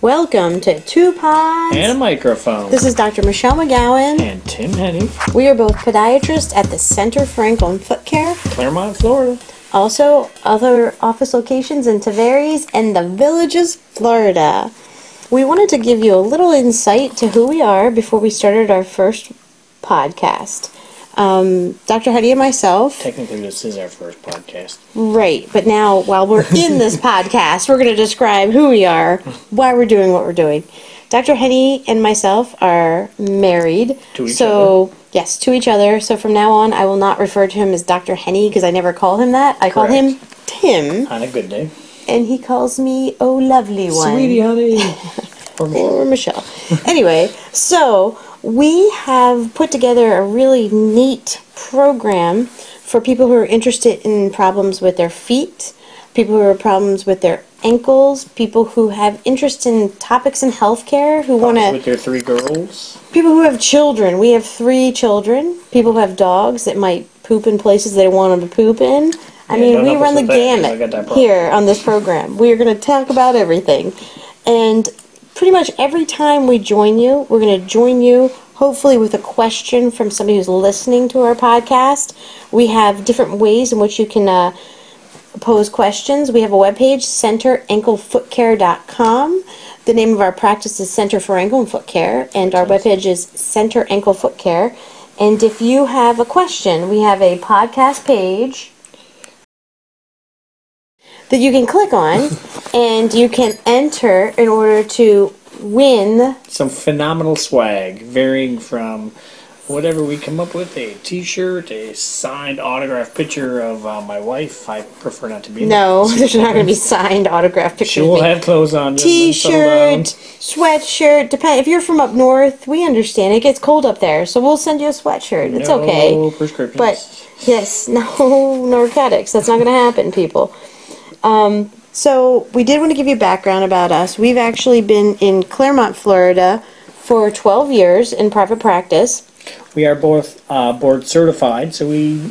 Welcome to Two Pods. and a microphone. This is Dr. Michelle McGowan. and Tim Henny, We are both podiatrists at the Center for Ankle and Foot Care. Claremont, Florida. Also, other office locations in Tavares and the Villages, Florida. We wanted to give you a little insight to who we are before we started our first podcast. Um, Dr. Hetty and myself. Technically, this is our first podcast. Right, but now while we're in this podcast, we're going to describe who we are, why we're doing what we're doing. Dr. Henny and myself are married. To each so, yes, to each other. So from now on, I will not refer to him as Dr. Henny because I never call him that. I call him Tim, On a good day, and he calls me Oh Lovely One sweetie, honey. Or more. or Michelle. anyway, so we have put together a really neat program for people who are interested in problems with their feet, people who have problems with their ankles, people who have interest in topics in healthcare, who want with to their three girls. people who have children. We have 3 children, people who have dogs that might poop in places they want them to poop in. I Yeah, mean, don't we help run us the with that, 'cause I got that gamut problem. here on this program. We are going to talk about everything. And pretty much every time we join you, we're going to join you hopefully with a question from somebody who's listening to our podcast. We have different ways in which you can uh, pose questions. We have a webpage, centeranklefootcare.com. The name of our practice is Center for Ankle and Foot Care, and our webpage is Center Ankle Foot Care. And if you have a question, we have a podcast page that you can click on and you can enter in order to win Some phenomenal swag, varying from whatever we come up with a t shirt, a signed autograph picture of uh, my wife. I prefer not to be in no there's not going to be signed autograph it. pictures She will made. have clothes on. gentlemen, settle t-shirt down. sweatshirt depend if you're from up north we understand it gets cold up there so we'll send you a sweatshirt it's no okay prescriptions. but yes no narcotics that's not going to happen people um, so we did want to give you background about us we've actually been in claremont florida for 12 years in private practice We are both uh, board certified, so we,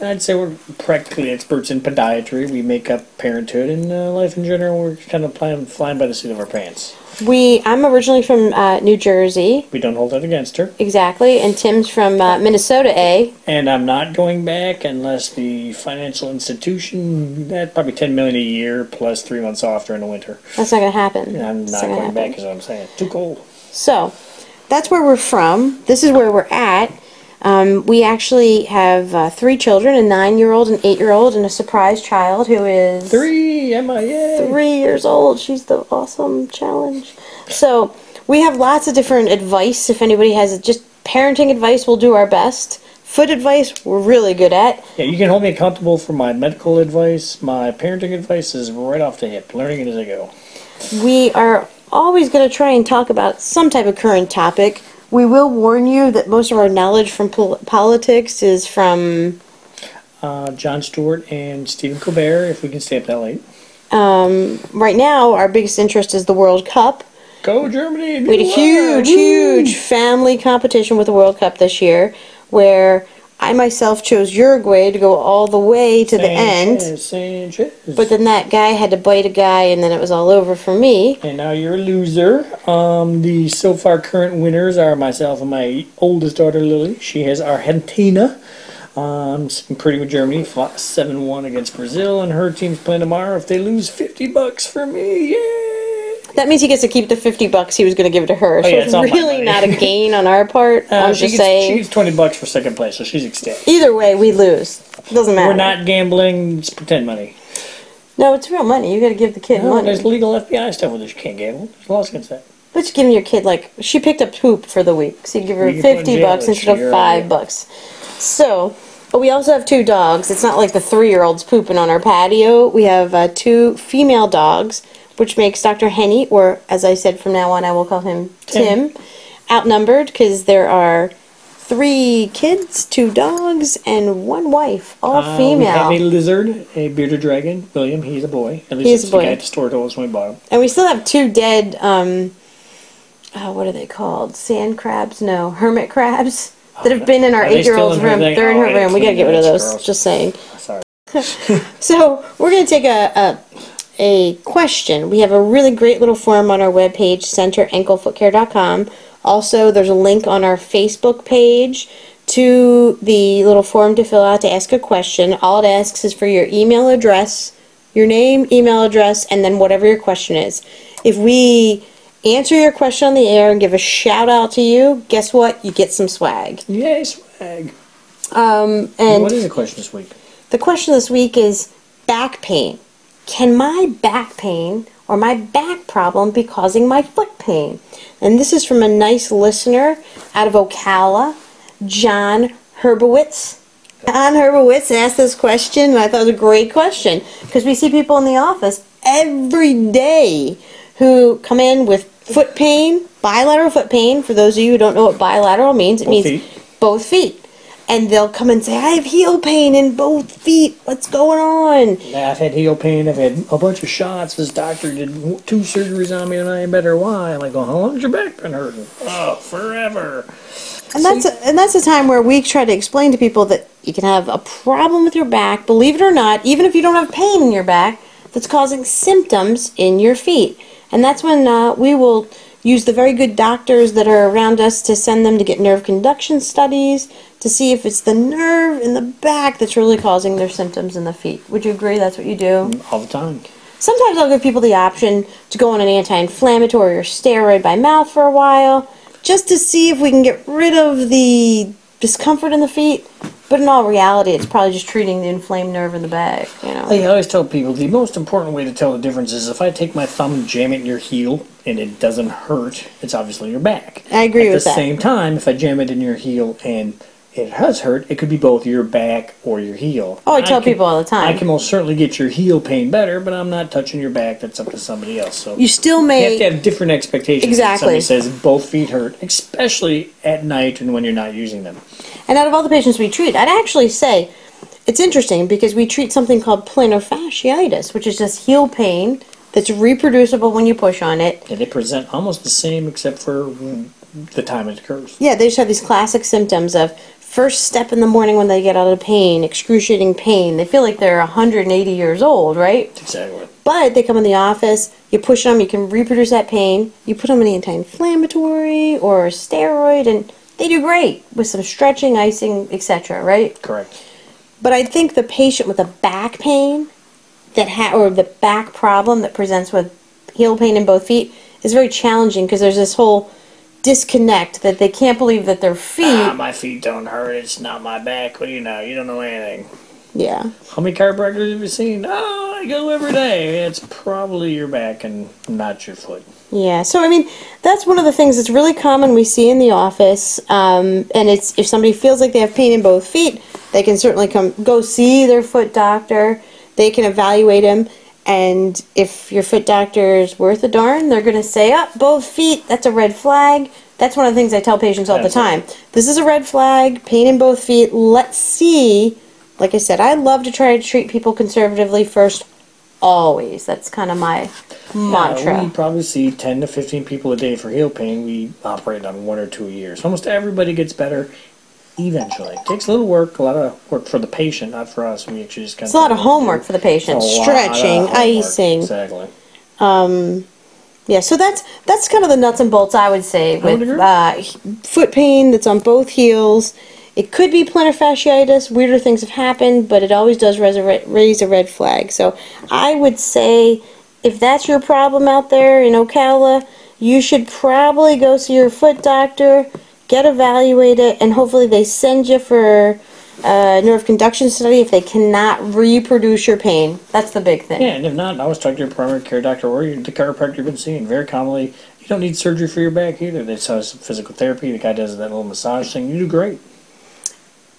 I'd say we're practically experts in podiatry. We make up parenthood and uh, life in general. We're kind of flying, flying by the seat of our pants. we i'm originally from uh, new jersey We don't hold that against her. exactly and tim's from uh, minnesota a And I'm not going back unless the financial institution, that's probably 10 million a year plus three months off during the winter. that's not going to happen And I'm It's not gonna going happen. back, is what I'm saying. Too cold. So that's where we're from. This is where we're at. Um, we actually have uh, three children a nine year old, an eight year old, and a surprise child who is Three, Emma, yay! three years old. She's the awesome challenge. So we have lots of different advice. If anybody has just parenting advice, we'll do our best. Foot advice, we're really good at. Yeah, you can hold me accountable for my medical advice. My parenting advice is right off the hip, learning it as I go. We are always going to try and talk about some type of current topic. We will warn you that most of our knowledge from pol- politics is from uh, John Stewart and Stephen Colbert, if we can stay up that late. Um, right now, our biggest interest is the World Cup. Go Germany! We had a huge, huge family competition with the World Cup this year, where I myself chose Uruguay to go all the way to the end. Sanchez. But then that guy had to bite a guy, and then it was all over for me. and now you're a loser. Um, the so far current winners are myself and my oldest daughter Lily. She has Argentina. Um, sitting pretty with Germany, fought 7 1 against Brazil, and her team's playing tomorrow. If they lose, 50 bucks for me! Yay! That means he gets to keep the 50 bucks he was going to give to her. So Oh, yeah, it's it's not my really money. not a gain on our part. Uh, I'm she, just gets, she saying. gets 20 bucks for second place, so she's ecstatic. Either way, we lose. Doesn't matter. We're not gambling, it's pretend money. No, it's real money. You got to give the kid No, money. there's legal FBI stuff with this. You can't gamble. There's laws against that. But you give your kid like she picked up poop for the week, so you give her You can put in fifty jail bucks that instead of year, five yeah. bucks. So, but we also have two dogs. It's not like the three-year-olds pooping on our patio. We have uh, two female dogs, which makes Dr. Henny, or as I said from now on, I will call him Tim, Tim. outnumbered because there are three kids, two dogs, and one wife, all Uh, We female. have a lizard, a bearded dragon, William. He's a boy. At least He's that's a the boy. guy at the store told us when we bought him. And we still have two dead, um, oh, what are they called? Sand crabs? No, hermit crabs that have been in our Oh, Are they eight year still old's in her room. thing? They're in Oh, her I room. We gotta cleaned get it. rid of That's those. gross. Just saying. Sorry. So we're gonna take a, a a question. We have a really great little form on our webpage, centeranklefootcare.com. Also, there's a link on our Facebook page to the little form to fill out to ask a question. All it asks is for your email address, your name, email address, and then whatever your question is. If we answer your question on the air and give a shout out to you, guess what? You get some swag. Yay, swag. Um, and What is the question this week? the question this week is back pain. Can my back pain or my back problem be causing my foot pain? And this is from a nice listener out of Ocala, John Herbowitz. John Herbowitz asked this question, and I thought it was a great question because we see people in the office every day who come in with foot pain, bilateral foot pain. For those of you who don't know what bilateral means, it Both means feet. both feet. And they'll come and say, I have heel pain in both feet. What's going on? Nah, I've had heel pain. I've had a bunch of shots. This doctor did w- two surgeries on me, and I ain't better. Why? I'm like, well, how long's your back been hurting? Oh, forever. And that's a, and that's a time where we try to explain to people that you can have a problem with your back, believe it or not, even if you don't have pain in your back, that's causing symptoms in your feet. And that's when uh, we will use the very good doctors that are around us to send them to get nerve conduction studies to see if it's the nerve in the back that's really causing their symptoms in the feet. Would you agree that's what you do? All the time. Sometimes I'll give people the option to go on an anti inflammatory or steroid by mouth for a while just to see if we can get rid of the discomfort in the feet. But in all reality, it's probably just treating the inflamed nerve in the back, you know. I always tell people the most important way to tell the difference is if I take my thumb and jam it in your heel and it doesn't hurt, it's obviously your back. I agree At with the that. same time, if I jam it in your heel and it has hurt, it could be both your back or your heel. Oh, I tell can- people all the time. I can most certainly get your heel pain better, but I'm not touching your back. That's up to somebody else. So You still You have to may. have different expectations. Exactly. When somebody says both feet hurt, especially at night and when you're not using them. And out of all the patients we treat, I'd actually say it's interesting because we treat something called plantar fasciitis, which is just heel pain that's reproducible when you push on it And they present almost the same except for mm, the time it occurs. Yeah, they just have these classic symptoms of first step in the morning when they get out of pain, excruciating pain. They feel like they're 180 years old, right? Exactly. But they come in the office, you push them, you can reproduce that pain. You put them on an anti inflammatory or a steroid, and they do great with some stretching, icing, etc., right? Correct. But I think the patient with a back pain that ha- or the back problem that presents with heel pain in both feet is very challenging because there's this whole disconnect that they can't believe that their feet Ah, my feet don't hurt. It's not my back. What do you know? You don't know anything. Yeah. How many chiropractors have you seen? Oh, I go every day. It's probably your back and not your foot. Yeah. So, I mean, that's one of the things that's really common we see in the office. Um, and it's if somebody feels like they have pain in both feet, they can certainly come go see their foot doctor. They can evaluate him. And if your foot doctor is worth a darn, they're going to say, up both feet, that's a red flag. That's one of the things I tell patients all the time. Absolutely. This is a red flag, pain in both feet. Let's see. Like I said, I love to try to treat people conservatively first, always. That's kind of my mantra. Uh, we probably see 10 to 15 people a day for heel pain. We operate on one or two a year. So almost everybody gets better eventually. It takes a little work, a lot of work for the patient, not for us. We actually just kind It's a lot of homework for the patient. Stretching, icing. Exactly. Yeah, so that's that's kind of the nuts and bolts I would say would with agree. uh, he- foot pain that's on both heels. It could be plantar fasciitis. Weirder things have happened, but it always does raise a re- raise a red flag. So I would say if that's your problem out there in Ocala, you should probably go see your foot doctor, get evaluated, and hopefully they send you for a nerve conduction study if they cannot reproduce your pain. That's the big thing. Yeah, and if not, I was talking to your primary care doctor or your, the chiropractor you've been seeing. Very commonly, you don't need surgery for your back either. They saw some physical therapy. The guy does that little massage thing. You do great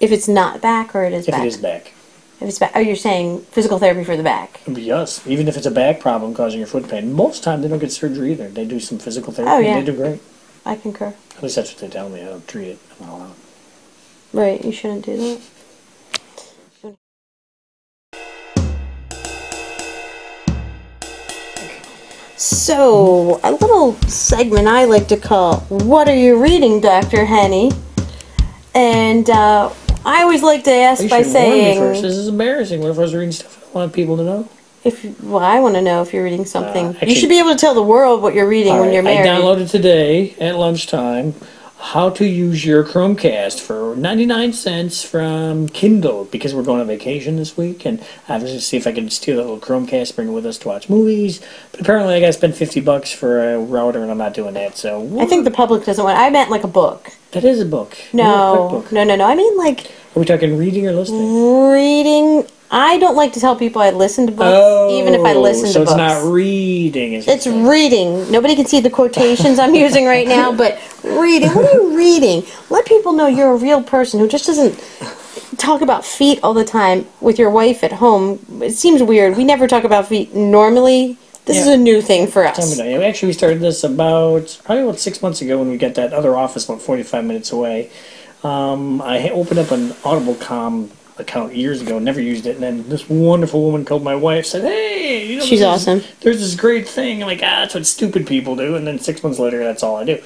If it's not back or it is if back. it is back. If it's back, oh, you're saying physical therapy for the back. Yes, even if it's a back problem causing your foot pain, most time they don't get surgery either. They do some physical therapy. Oh, and yeah. They do great. I concur. At least that's what they tell me. I don't treat it. I'm not allowed. Right, you shouldn't do that. So, a little segment I like to call "What Are You Reading, Doctor Henny?" and uh, I always like to ask You by should warn me saying, first. This is embarrassing. What if I was reading stuff I wanted people to know? If you- well, I want to know if you're reading something. actually- you should be able to tell the world what you're reading when Uh, All you're right, married. I downloaded today at lunchtime how to use your Chromecast for 99 cents from Kindle because we're going on vacation this week and I was going to see if I could steal that little Chromecast, bring it with us to watch movies. But apparently I got to spend 50 bucks for a router and I'm not doing that. So I think the public doesn't want. I meant like a book. that is a book. No, A book. no, no, no. I mean like Are we talking reading or listening? reading. I don't like to tell people I listen to books, even if I listen Oh, so to books. it's not reading. Is what It's reading. Nobody can see the quotations I'm using right now, but reading. What are you reading? Let people know you're a real person who just doesn't talk about feet all the time with your wife at home. It seems weird. We never talk about feet normally. This is Yeah. a new thing for Tell me us. that. Yeah, Actually, we started this about probably about six months ago when we got that other office about forty-five minutes away. Um, I ha- opened up an Audible.com account years ago, never used it, and then this wonderful woman called my wife, said, "Hey, you know, She's there's- awesome. There's this great thing." I'm like, "Ah, that's what stupid people do." And then six months later, that's all I do.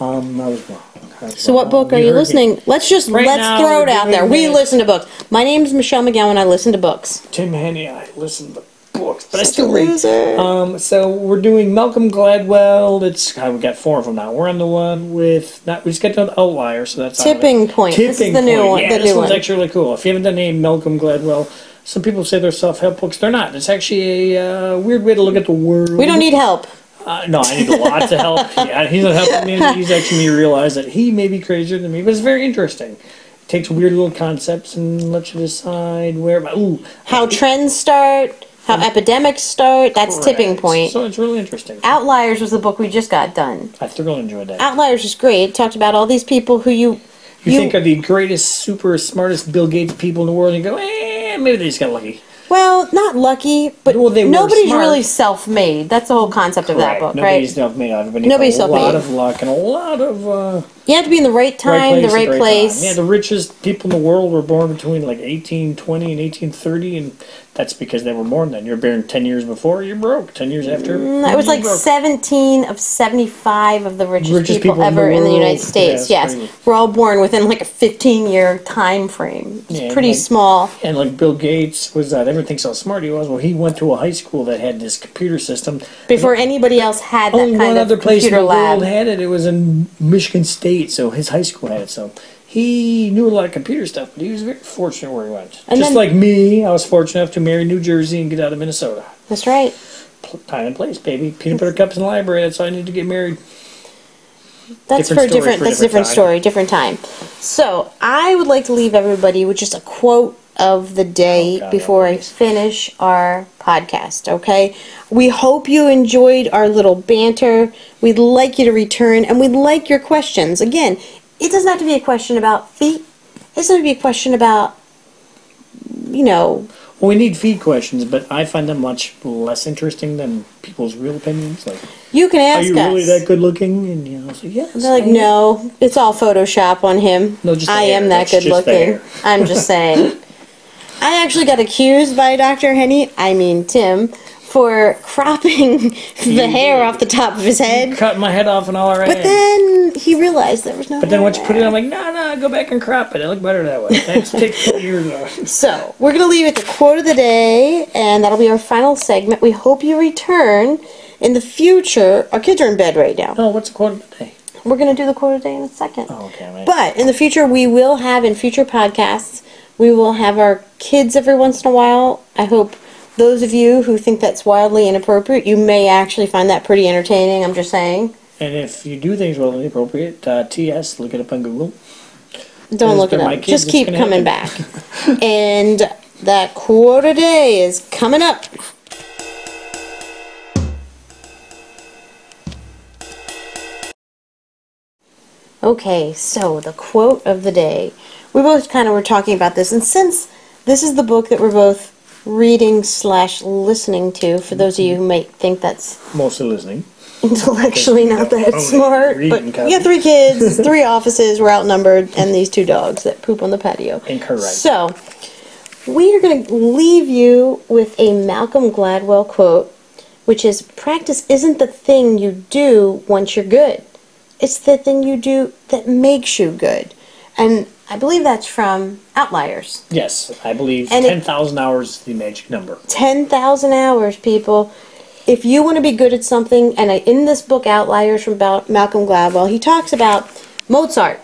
Um, I was wrong. I was So, what wrong. book are You you heard me. listening? Let's just Right let's now, throw we're it out there. doing We the- listen to books. My name's Michelle McGowan. I listen to books. Tim Henny. I listened to books, but I Such a still read. loser. Um, so we're doing Malcolm Gladwell. It's uh, we got four of them now. We're on the one with not. We just got done Outlier, so that's out of it. Tipping Point. This is the new one- Yeah, the this new one's one. actually really cool. If you haven't done any Malcolm Gladwell, some people say they're self-help books. They're not. It's actually a uh, weird way to look at the world. We don't need help. Uh, no, I need a lot to help. Yeah, he's not helping me. He's actually me realize that he may be crazier than me, but it's very interesting. It takes weird little concepts and lets you decide where. Ooh, How trends start, how epidemics start. That's tipping Correct. point. So it's really interesting. Outliers was the book we just got done. I thoroughly enjoyed that. Outliers is great. It talked about all these people who you you, think are the greatest, super smartest Bill Gates people in the world, and you go, eh, maybe they just got lucky. well, not lucky, but Well, they were nobody's smart. really self-made. That's the whole concept of that book, Nobody's right? self-made. Everybody Nobody's Nobody's a lot self-made. of luck and a lot of uh, You have to be in the right time, right place, the right, and right place. Time. Yeah, the richest people in the world were born between like 1820 and 1830, and that's because they were born then. You're born 10 years before, you're broke. 10 years after, it Mm, was you're like broke. 17 of 75 of the richest, Richest people, people in ever the in the world. United Yeah, States. it's yes, crazy. we're all born within like a 15-year time frame. It's Yeah, pretty like- small. And like Bill Gates was that everything so smart he was. Well, he went to a high school that had this computer system. Before anybody else had that Only kind one of other place Oh, in computer the lab. world had it. It was in Michigan State, so his high school had it. So he knew a lot of computer stuff, but he was very fortunate where he went. And Just then- like me, I was fortunate enough to marry New Jersey and get out of Minnesota. That's right. Pl- Time and place, baby. Peanut butter cups in the library. That's how I need to get married. That's Different for a story different. for a that's a different different time. story, different time. So I would like to leave everybody with just a quote of the day Oh, God, before I always. finish our podcast. Okay, we hope you enjoyed our little banter. We'd like you to return, and we'd like your questions. Again, it doesn't have to be a question about feet. It doesn't have to be a question about you know Well, we need feed questions, but I find them much less interesting than people's real opinions. Like, you can are ask you us really that good looking? And you know, so yes. They're like, I am. no, it's all Photoshop on him. No, just the I am hair. that That's good just the looking. hair." I'm just saying. I actually got accused by Dr. Henny, I mean Tim, for cropping the hair off the top of his head. Cut my head off and all right. But then he realized there was no But then hair once you put it there. in, I'm like, no, no, go back and crop it. I look better that way. That takes years off. So, we're going to leave it the quote of the day, and that'll be our final segment. We hope you return in the future. Our kids are in bed right now. No, what's the quote of the day? We're going to do the quote of the day in a second. Oh, okay, man. But in the future, we will have in future podcasts, we will have our kids every once in a while. I hope those of you who think that's wildly inappropriate, you may actually find that pretty entertaining. I'm just saying. and if you do things well and appropriate, uh, TS, look it up on Google. Don't Yes, look it they're up. my kids, just it's keep gonna coming back. and that quote a day is coming up. Okay, so the quote of the day. We both kind of were talking about this, and since this is the book that we're both reading slash listening to, for those of you who might think that's Mostly listening. intellectually not that Oh, smart, reading but copy. we got three kids, three offices, we're outnumbered, and these two dogs that poop on the patio. Incorrect. So, we are going to leave you with a Malcolm Gladwell quote, which is practice isn't the thing you do once you're good, it's the thing you do that makes you good. And I believe that's from Outliers. Yes, I believe And it- 10,000 hours is the magic number. 10,000 hours, people. If you want to be good at something, and I, in this book, Outliers from Bal- Malcolm Gladwell, he talks about Mozart.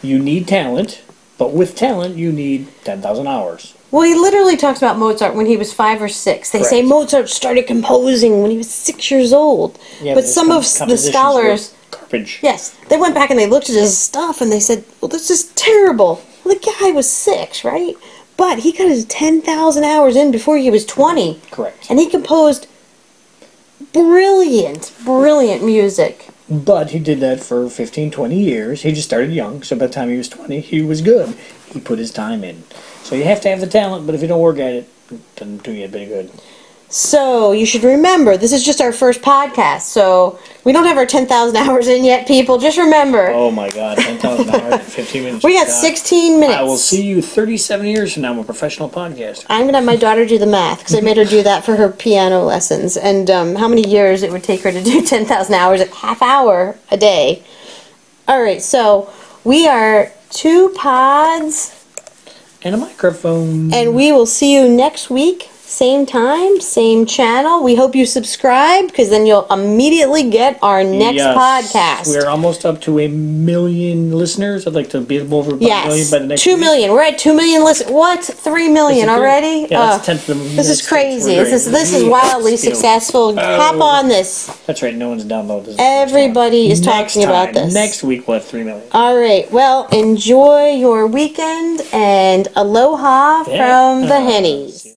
You need talent, but with talent, you need 10,000 hours. Well, he literally talks about Mozart when he was five or six. They say Correct. Mozart started composing when he was six years old. but some of s- the scholars, Garbage. yes, they went back and they looked at his stuff and they said, well, this is terrible. Well, the guy was six, right? But he got his 10,000 hours in before he was 20. Correct. And he composed brilliant, brilliant music. But he did that for 15, 20 years. He just started young, so by the time he was 20, he was good. He put his time in. So you have to have the talent, but if you don't work at it, it doesn't do you a bit of good. So you should remember, this is just our first podcast, so we don't have our 10,000 hours in yet, people. Just remember, Oh my god, 10,000 hours in 15 minutes. we got God. 16 minutes. I will see you 37 years from now. I'm a professional podcaster. I'm gonna have my daughter do the math because I made her do that for her piano lessons, and um, how many years it would take her to do ten thousand hours at half hour a day. All right, so we are two pods, And a microphone. and we will see you next week, same time, same channel. We hope you subscribe because then you'll immediately get our next podcast. We're almost up to a million listeners. I'd like to be over by a million yes, by the next two week. million. We're at two million. Listen, what? Three million Is it good? already? Yeah, that's Ugh. a tenth of the This United is States. crazy. We're Oh. This is great. this is wildly Steal. successful. Hop on this. That's right. No one's downloaded this. Everybody is Next talking about time, this. Next week we'll have three million. All right. Well, enjoy your weekend and aloha Yeah. Uh, from the Hennies.